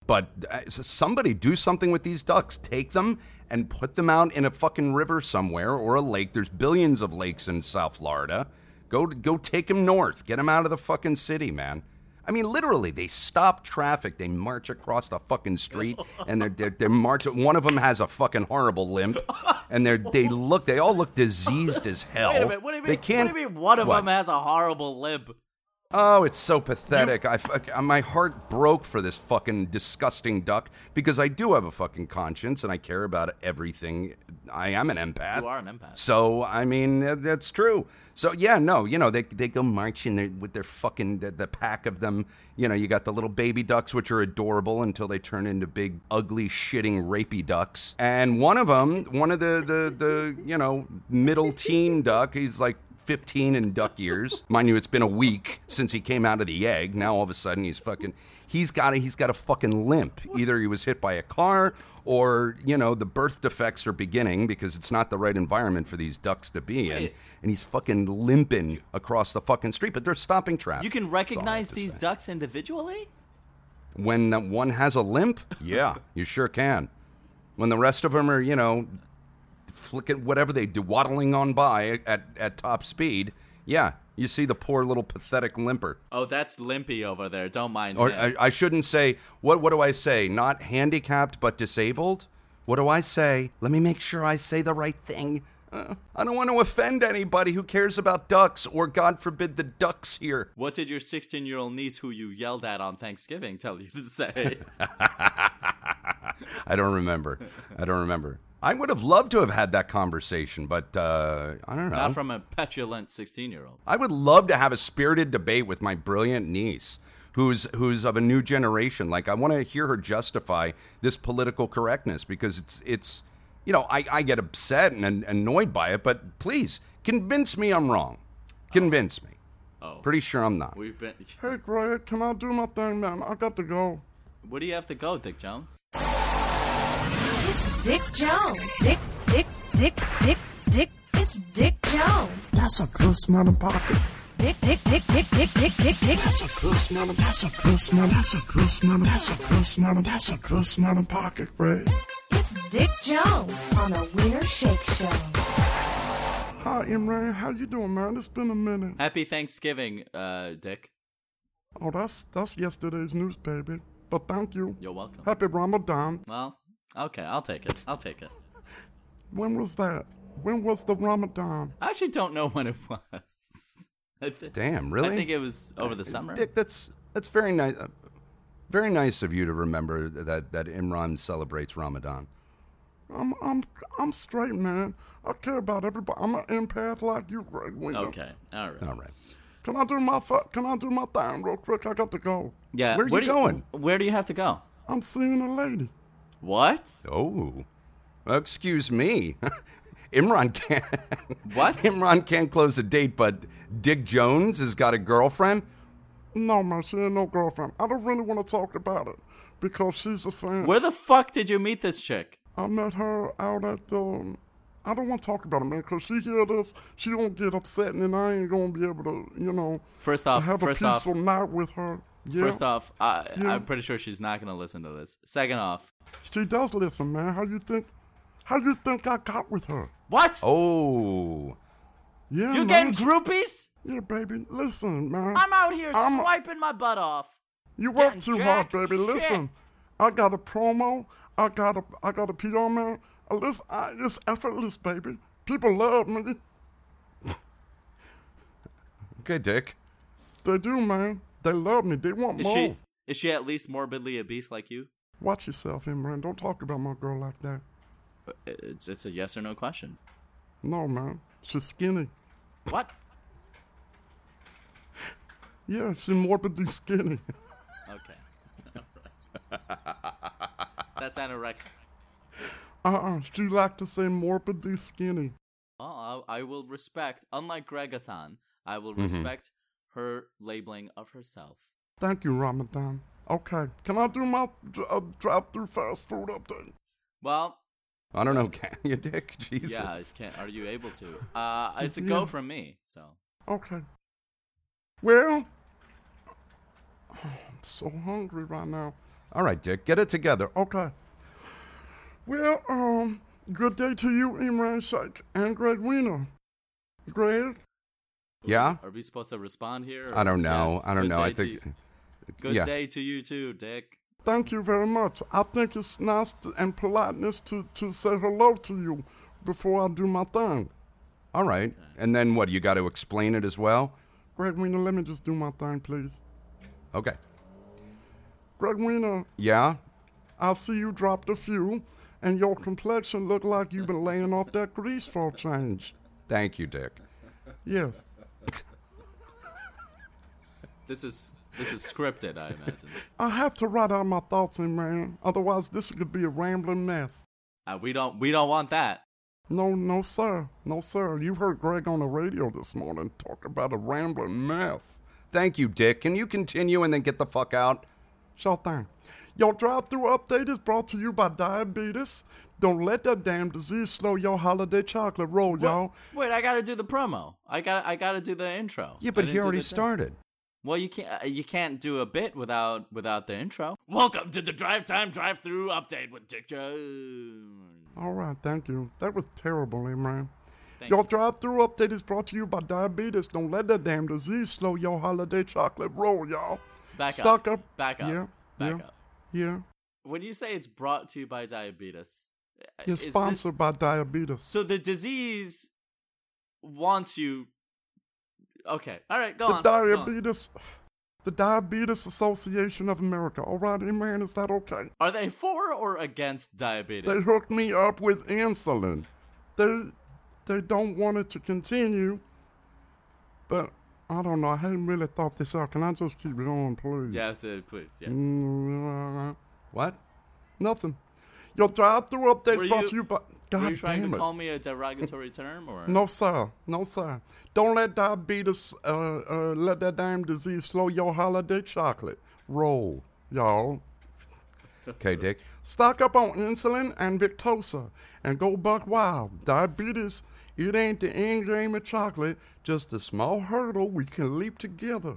but uh, s- somebody do something with these ducks. Take them and put them out in a fucking river somewhere or a lake. There's billions of lakes in South Florida. Go go take them north. Get them out of the fucking city, man. I mean, literally, they stop traffic. They march across the fucking street, and they're they're, they're marching. One of them has a fucking horrible limp, and they're they look. They all look diseased as hell.
Wait a minute. What do you mean?
They can't.
What do you mean? One of
What?
them has a horrible lip.
Oh, it's so pathetic. I fuck, uh, my heart broke for this fucking disgusting duck because I do have a fucking conscience and I care about everything. I am an empath.
You are an empath.
So I mean uh, that's true. So yeah, no, you know they they go marching there with their fucking the, the pack of them. You know you got the little baby ducks which are adorable until they turn into big ugly shitting rapey ducks. And one of them, one of the the the you know middle teen duck, he's like. 15 in duck years. Mind you, it's been a week since he came out of the egg. Now all of a sudden he's fucking he's got a he's got a fucking limp. Either he was hit by a car or you know the birth defects are beginning because it's not the right environment for these ducks to be in and he's fucking limping across the fucking street but they're stopping traffic
You
That's
can
all I have
recognize
to
these
say.
ducks individually.
when that one has a limp yeah you sure can when the rest of them are you know flicking whatever they do waddling on by at, at top speed yeah you see the poor little pathetic limper
Oh, that's Limpy over there. Don't mind
or uh,
him.
I, I shouldn't say what what do I say? Not handicapped but disabled? What do I say? Let me make sure I say the right thing. Uh, I don't want to offend anybody who cares about ducks or God forbid the ducks here.
What did your 16 year old niece who you yelled at on Thanksgiving tell you to say?
I don't remember. I don't remember. I would have loved to have had that conversation, but uh, I don't know.
Not from a petulant 16 year old.
I would love to have a spirited debate with my brilliant niece, who's who's of a new generation. Like I want to hear her justify this political correctness because it's it's you know I, I get upset and, an- annoyed by it, but please convince me I'm wrong. Convince me.
Oh.
Pretty sure I'm not.
We've been.
Hey, Greg, can I do my thing, man? I got to go.
Where do you have to go, Dick Jones?
It's Dick Jones. Dick, Dick, Dick, Dick, Dick. It's Dick Jones.
That's a good smelling pocket.
Dick, Dick, Dick, Dick, Dick, Dick, Dick, Dick.
That's a good smelling. That's a good smelling. That's a good smelling. That's a good smelling. That's a good smelling pocket, Greg.
It's Dick Jones on the Wiener Shake Show.
Hi, Imran. How you doing, man? It's been a minute.
Happy Thanksgiving, uh, Dick.
Oh, that's that's yesterday's news, baby. But thank you.
You're welcome.
Happy Ramadan.
Well, okay, I'll take it. I'll take it.
When was that? When was the Ramadan?
I actually don't know when it was. I thi-
Damn, really?
I think it was over the summer.
Dick, that's that's very uh, nice. Very nice of you to remember that that Imran celebrates Ramadan.
I'm I'm I'm straight, man. I care about everybody. I'm an empath like you, Greg. Wiener.
Okay. All right.
All right.
Can I do my fu- Can I do my thing real quick? I got to go.
Yeah.
Where you
do
going?
Where do you have to go?
I'm seeing a lady.
What?
Oh, excuse me. Imran can
What?
Imran can't close a date, but Dick Jones has got a girlfriend.
No, man, she ain't no girlfriend. I don't really want to talk about it because she's a fan.
Where the fuck did you meet this chick?
I met her out at the. I don't want to talk about it, man, because she hear this, she gonna get upset, and then I ain't gonna be able to, you know,
First off,
have
first
a
off,
peaceful night with her. Yeah,
First off, I,
Yeah.
I'm pretty sure she's not gonna listen to this. Second off,
she does listen, man. How you think? How you think I got with her?
what?
Oh,
Yeah,
you
man.
getting groupies?
yeah, baby. Listen, man.
I'm out here
I'm-
swiping my butt off.
You work
Getting
too hard,
jack
baby.
shit.
Listen, I got a promo. I got a I got a PR man. Uh, Listen, I, it's effortless, baby. People love me.
okay, Dick.
They do, man. They love me. They want
Is
more.
Oh.
she is she at least morbidly obese like you?
Watch yourself, Imran. Don't talk about my girl like that.
Uh, It's it's a yes or no question.
No, man. She's skinny.
What?
Yeah, she's morbidly skinny.
Okay. That's anorexia.
Uh-uh. She like to say morbidly skinny.
Oh, I, I will respect. Unlike Gregathan, I
Mm-hmm.
will respect her labeling of herself.
Thank you, Ramadan. Okay, can I do my dr- uh, drive-through fast food update?
Well,
I don't know. Can you, Dick? Jesus.
yeah, I can't. Are you able to? Uh, it's a go
Yeah.
from me. So
Okay. Well, I'm so hungry right now.
All right, Dick. Get it together. Oh,
Okay. Well, um, good day to you, Imran Sheikh and Greg Wiener. Greg,
yeah.
Are we supposed to respond here? or-
I don't know.
Yes,
I don't
good
know. I
day to
think. uh,
you- Good
yeah.
day to you too, Dick.
thank you very much. I think it's nice to, and politeness to, to say hello to you before I do my thing.
All right. And then what? You got to explain it as well.
Greg Wiener, let me just do my thing, please.
Okay.
Greg Wiener,
Yeah.
I see you dropped a few, and your complexion look like you've been laying off that grease for a change.
Thank you, Dick.
Yes.
This is this is scripted, I imagine.
I have to write out my thoughts in, man. Otherwise, this could be a rambling mess.
Uh, we don't we don't want that.
No, no, sir. No, sir. You heard Greg on the radio this morning talk about a rambling mess.
Thank you, Dick. Can you continue and then get the fuck out?
Sure thing. Your drive through update is brought to you by diabetes. Don't let that damn disease slow your holiday chocolate roll, y'all.
Wait, I gotta do the promo. I got I gotta do the intro.
Yeah,
I
but
didn't
he
do the
already
thing.
started.
Well, you can't uh, you can't do a bit without without the intro. Welcome to the Drive Time Drive Through Update with Dick Jones.
All right, thank you. That was terrible, Imran.
Thank
your drive through update is brought to you by diabetes. Don't let that damn disease slow your holiday chocolate roll, y'all.
Back
Stuck
up.
up.
Back up.
Yeah,
Back
yeah.
up.
Yeah.
When you say it's brought to you by diabetes, uh,
You're
is this-
sponsored by diabetes.
So the disease wants you. Okay. All right. Go
The
on. go on.
diabetes. The Diabetes Association of America. All right, Imran, is that okay?
Are they for or against diabetes?
They hooked me up with insulin. They they don't want it to continue. But I don't know. I hadn't really thought this out. Can I just keep going, please?
yes, uh, please. Yes.
Mm,
What?
Nothing. Your drive-through updates
Were
brought
you-
to you by
Were
God
you trying
damn
to
it.
call me a derogatory term or
No sir, no sir. Don't let diabetes, uh, uh, let that damn disease slow your holiday chocolate roll, y'all.
Okay, Dick.
Stock up on insulin and Victosa and go buck wild. Diabetes, it ain't the end game of chocolate, just a small hurdle we can leap together.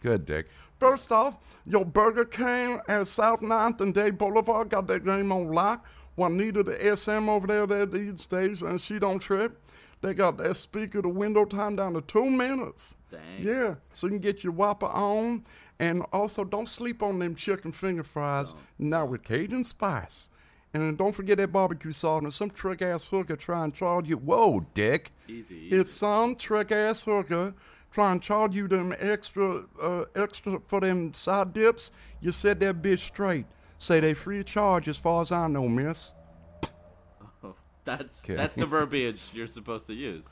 Good, Dick.
First off, your Burger King at South 9th and Day Boulevard got that game on lock. Juanita, the SM over there that these days, and she don't trip. They got that speaker to window time down to two minutes.
Dang.
Yeah, so you can get your Whopper on, and also don't sleep on them chicken finger fries. Now with Cajun spice, and don't forget that barbecue sauce. And some trick ass hooker try and charge you.
Whoa, Dick.
Easy. easy.
If some trick ass hooker try and charge you them extra uh, extra for them side dips, you set that bitch straight. Say they free of charge as far as I know, miss.
That's that's the verbiage you're supposed to use.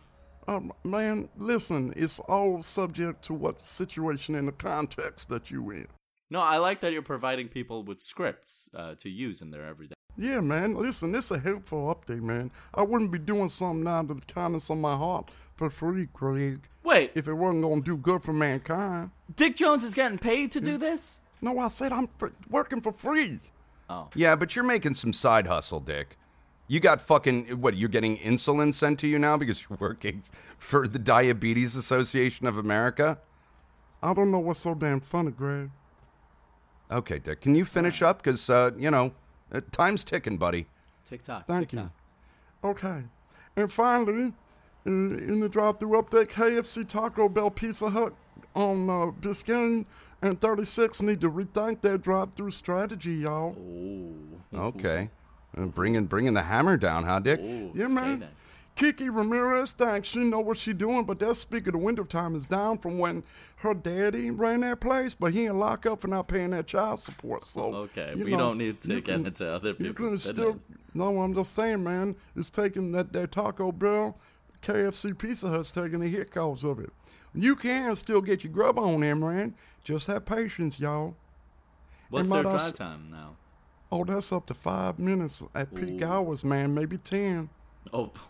Um, man, listen, it's all subject to what situation and the context that you in.
No, I like that you're providing people with scripts uh, to use in their everyday.
Yeah, man, listen, this is a helpful update, man. I wouldn't be doing something out of the kindness of my heart for free, Craig,
Wait,
if it wasn't gonna do good for mankind.
Dick Jones is getting paid to do this?
No, I said I'm fr- working for free.
Yeah, but you're making some side hustle, Dick. You got fucking what? You're getting insulin sent to you now because you're working for the Diabetes Association of America.
I don't know what's so damn funny, Greg.
Okay, Dick, can you finish up? Because uh, you know, uh, time's ticking, buddy.
TikTok.
Thank
TikTok.
you. Okay. And finally, in, in the drive through update, KFC, Taco Bell, Pizza Hut on uh, Biscayne and 36 need to rethink their drive through strategy, y'all.
Okay, Uh, bringing bringing the hammer down, huh, Dick?
Ooh,
Yeah,
stay
man.
there.
Kiki Ramirez thinks she know what she doing, but that speaker the window time is down from when her daddy ran that place, but he in lockup for not paying that child support. So
Okay,
you
we
know,
don't need to
you
get
can-
into other
you
people's
can
business.
still no. I'm just saying, man, it's taking that that Taco Bell, KFC, Pizza Hut's taking the hit cause of it. You can still get your grub on there, man. Just have patience, y'all.
What's
and
their
might I
drive
s-
time now?
Oh, that's up to five minutes at peak hours, man. Maybe ten.
Oh,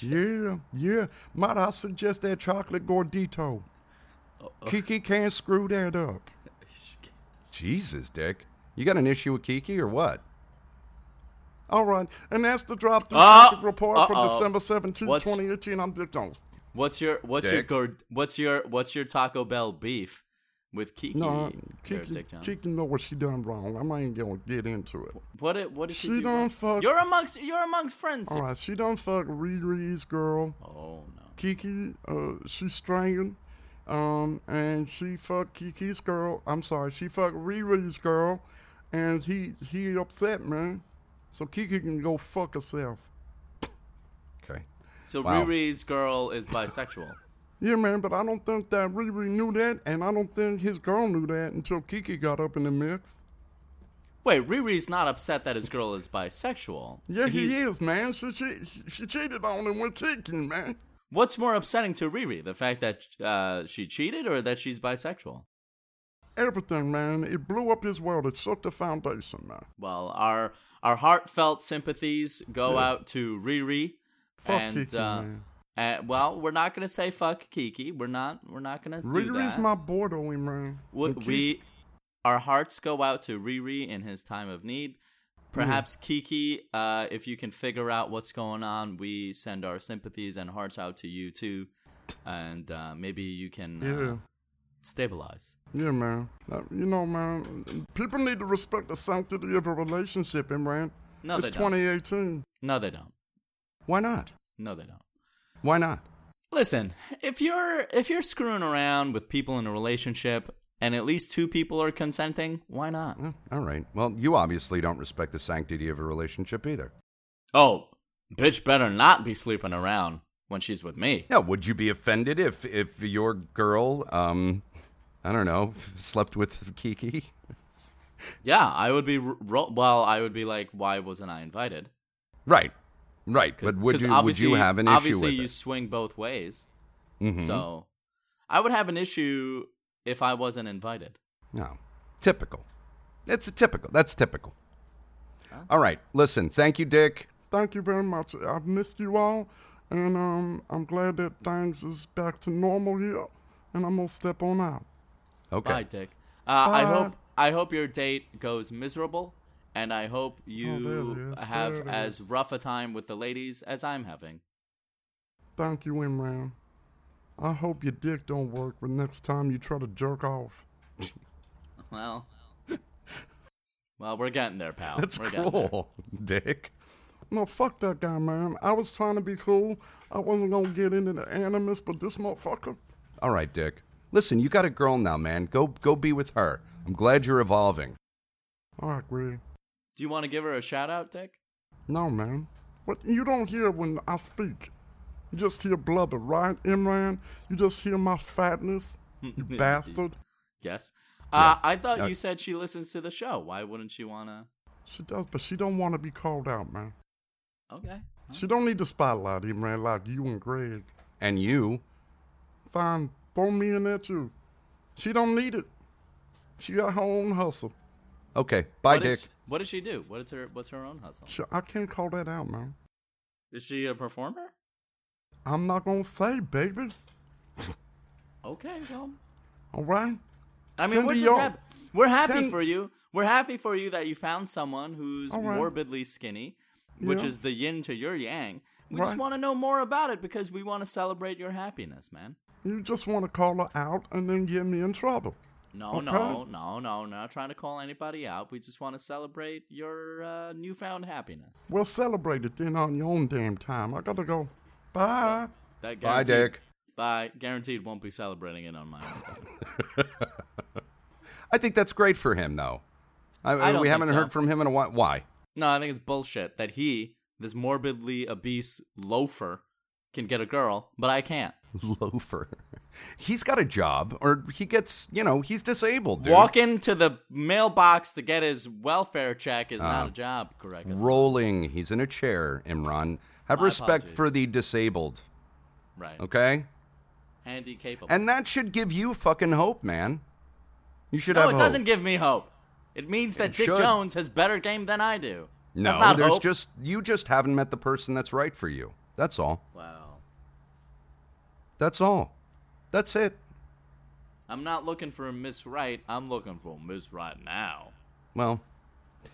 Yeah, yeah. Might I suggest that chocolate gordito? Kiki can't screw that up.
Jesus, Dick, you got an issue with Kiki or what?
All right, and that's the drop through
Uh,
Oh,
market report for
uh-oh.
December 17,
What's-
2018. I'm Dick Jones.
what's your what's your
Dick.
gord, what's your what's your Taco Bell beef with Kiki?
No,
or
Uh, Kiki,
Dick Jones?
Kiki know what she done wrong. I'm not even gonna get into it.
What did what did she,
She
do?
done
wrong?
fuck-
You're amongst you're amongst friends.
All right, she done fuck Riri's girl.
Oh no.
Kiki, uh, she strangled, um, and she fucked Kiki's girl. I'm sorry, she fucked Riri's girl, and he he upset man. So Kiki can go fuck herself.
Okay,
So
Wow.
Riri's girl is bisexual.
Yeah, man, but I don't think that Riri knew that, and I don't think his girl knew that until Kiki got up in the mix.
Wait, Riri's not upset that his girl is bisexual.
Yeah, he
He's-
is, man. She, she, she cheated on him with Kiki, man.
What's more upsetting to Riri, the fact that uh, she cheated or that she's bisexual?
Everything, man. It blew up his world. It shook the foundation, man.
Well, our our heartfelt sympathies go out to Riri.
Fuck
and
Kiki,
uh,
man.
and- well, we're not gonna say fuck Kiki. We're not. We're not gonna do
Riri's
that.
my boy, though, man.
What
And Kiki-
we our hearts go out to Riri in his time of need. Perhaps Kiki, uh, if you can figure out what's going on, we send our sympathies and hearts out to you too, and uh, maybe you can uh,
Yeah.
stabilize.
Yeah, man. Uh, you know, man, people need to respect the sanctity of a relationship, Imran.
No,
it's
they don't.
2018.
No, they don't.
why not?
No, they don't.
Why not?
Listen, if you're if you're screwing around with people in a relationship and at least two people are consenting, why not?
Eh, All right. Well, you obviously don't respect the sanctity of a relationship either.
Oh, bitch better not be sleeping around when she's with me.
Yeah, would you be offended if if your girl, um, I don't know, slept with Kiki?
Yeah, I would be ro- well. I would be like, why wasn't I invited?
Right, right. But would
'Cause
you would you
obviously-
have an issue
obviously
with
you
it?
swing both ways,
Mhm.
so I would have an issue if I wasn't invited.
No, typical. It's a typical. That's typical. All right. Listen. Thank you, Dick.
Thank you very much. I've missed you all, and um, I'm glad that things is back to normal here, and I'm going to step on out.
Okay.
Bye, Dick. Uh, I
Bye.
hope I hope your date goes miserable, and I hope you
Oh, there it is, there
have
it
as
is.
rough a time with the ladies as I'm having.
Thank you, Imran. I hope your dick don't work the next time you try to jerk off.
Well, well, we're getting there, pal.
That's
we're getting there.
cruel, Dick.
No, Oh, fuck that guy, man. I was trying to be cool. I wasn't going to get into the animus, but this motherfucker.
All right, Dick. Listen, you got a girl now, man. Go go be with her. I'm glad you're evolving.
All right, Greg.
Do you want to give her a shout out, Dick?
No, man. What you don't hear when I speak. You just hear blubber, right, Imran? You just hear my fatness, you bastard.
Yes. Uh,
Yeah.
I thought
Uh,
you said she listens to the show. Why wouldn't she wanna?
She does, but she don't want to be called out, man.
Okay.
She don't need the spotlight, even man, like you and Greg.
And you,
Fine, throw me in there too. She don't need it. She got her own hustle.
okay, bye,
What
Dick.
is- what does she do? What is her What's her own hustle?
She, I can't call that out, man.
Is she a performer?
I'm not gonna say, baby.
Okay, well,
All right.
I mean, we're
Cindy,
just
yo-
happy. We're happy
Cin-
for you. We're happy for you that you found someone who's
All right.
morbidly skinny, which
Yeah.
is the yin to your yang. We just
Right.
want to know more about it because we want to celebrate your happiness, man.
You just want to call her out and then get me in trouble.
No,
Okay.
no, no, no, not trying to call anybody out. We just want to celebrate your uh, newfound happiness.
Well, celebrate it then on your own damn time. I gotta go. Bye.
That
Bye,
guaranteed-
Dick.
Bye. Guaranteed won't be celebrating it on my own time.
I think that's great for him, though. I,
I don't
we
think
haven't
so.
heard from him in a while. Why?
No, I think it's bullshit that he, this morbidly obese loafer, can get a girl, but I can't.
Loafer. He's got a job, or he gets, you know, he's disabled, dude.
Walking to the mailbox to get his welfare check is
Um,
not a job, correct?
Rolling. He's in a chair, Imran. Have
My
respect for
apologies.
the disabled,
right.
okay?
Handy capable.
And that should give you fucking hope, man. You should
no,
have
it
hope.
doesn't give me hope. It means that
It
Dick
should.
Jones has better game than I do.
no,
That's not
there's
hope.
just you just haven't met the person that's right for you. That's all.
Wow.
That's all. That's it.
I'm not looking for a Miss Right. I'm looking for Miss Right now.
Well.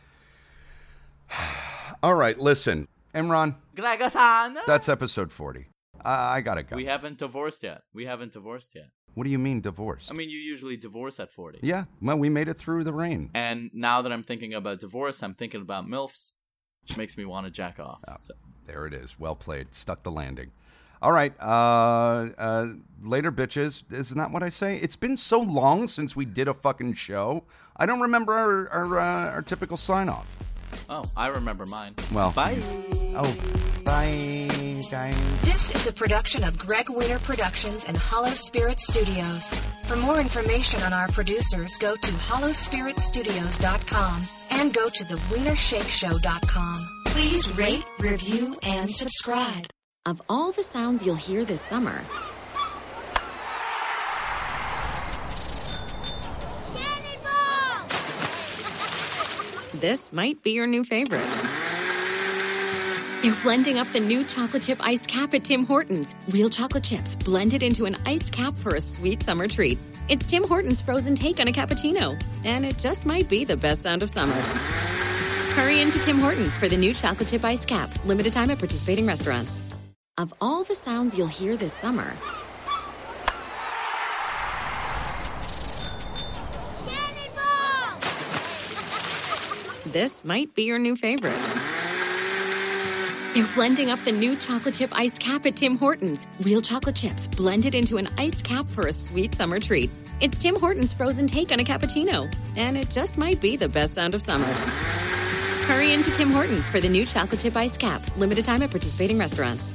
All right, listen. Imran,
Greg-san!
that's episode 40. I I got to go.
We haven't divorced yet. We haven't divorced yet.
what do you mean divorce?
I mean, you usually divorce at 40.
yeah, well, we made it through the rain.
And now that I'm thinking about divorce, I'm thinking about MILFs, which makes me want to jack off.
Oh.
So,
There it is. Well played. Stuck the landing. All right. Uh, uh, later, bitches. Isn't that what I say? It's been so long since we did a fucking show. I don't remember our, our, uh, our typical sign off.
oh, I remember mine.
Well,
bye.
Oh, bye, guys.
This is a production of Greg Winter Productions and Hollow Spirit Studios. For more information on our producers, go to hollowspiritstudios.com and go to the wienershakeshow.com.
Please rate, review, and subscribe.
Of all the sounds you'll hear this summer, this might be your new favorite. They're blending up the new chocolate chip iced cap at Tim Hortons. Real chocolate chips blended into an iced cap for a sweet summer treat. It's Tim Hortons' frozen take on a cappuccino, and it just might be the best sound of summer. Hurry into Tim Hortons for the new chocolate chip iced cap. Limited time at participating restaurants. Of all the sounds you'll hear this summer, this might be your new favorite. They're blending up the new chocolate chip iced cap at Tim Hortons. Real chocolate chips blended into an iced cap for a sweet summer treat. It's Tim Hortons' frozen take on a cappuccino, and it just might be the best sound of summer. Hurry into Tim Hortons for the new chocolate chip iced cap. Limited time at participating restaurants.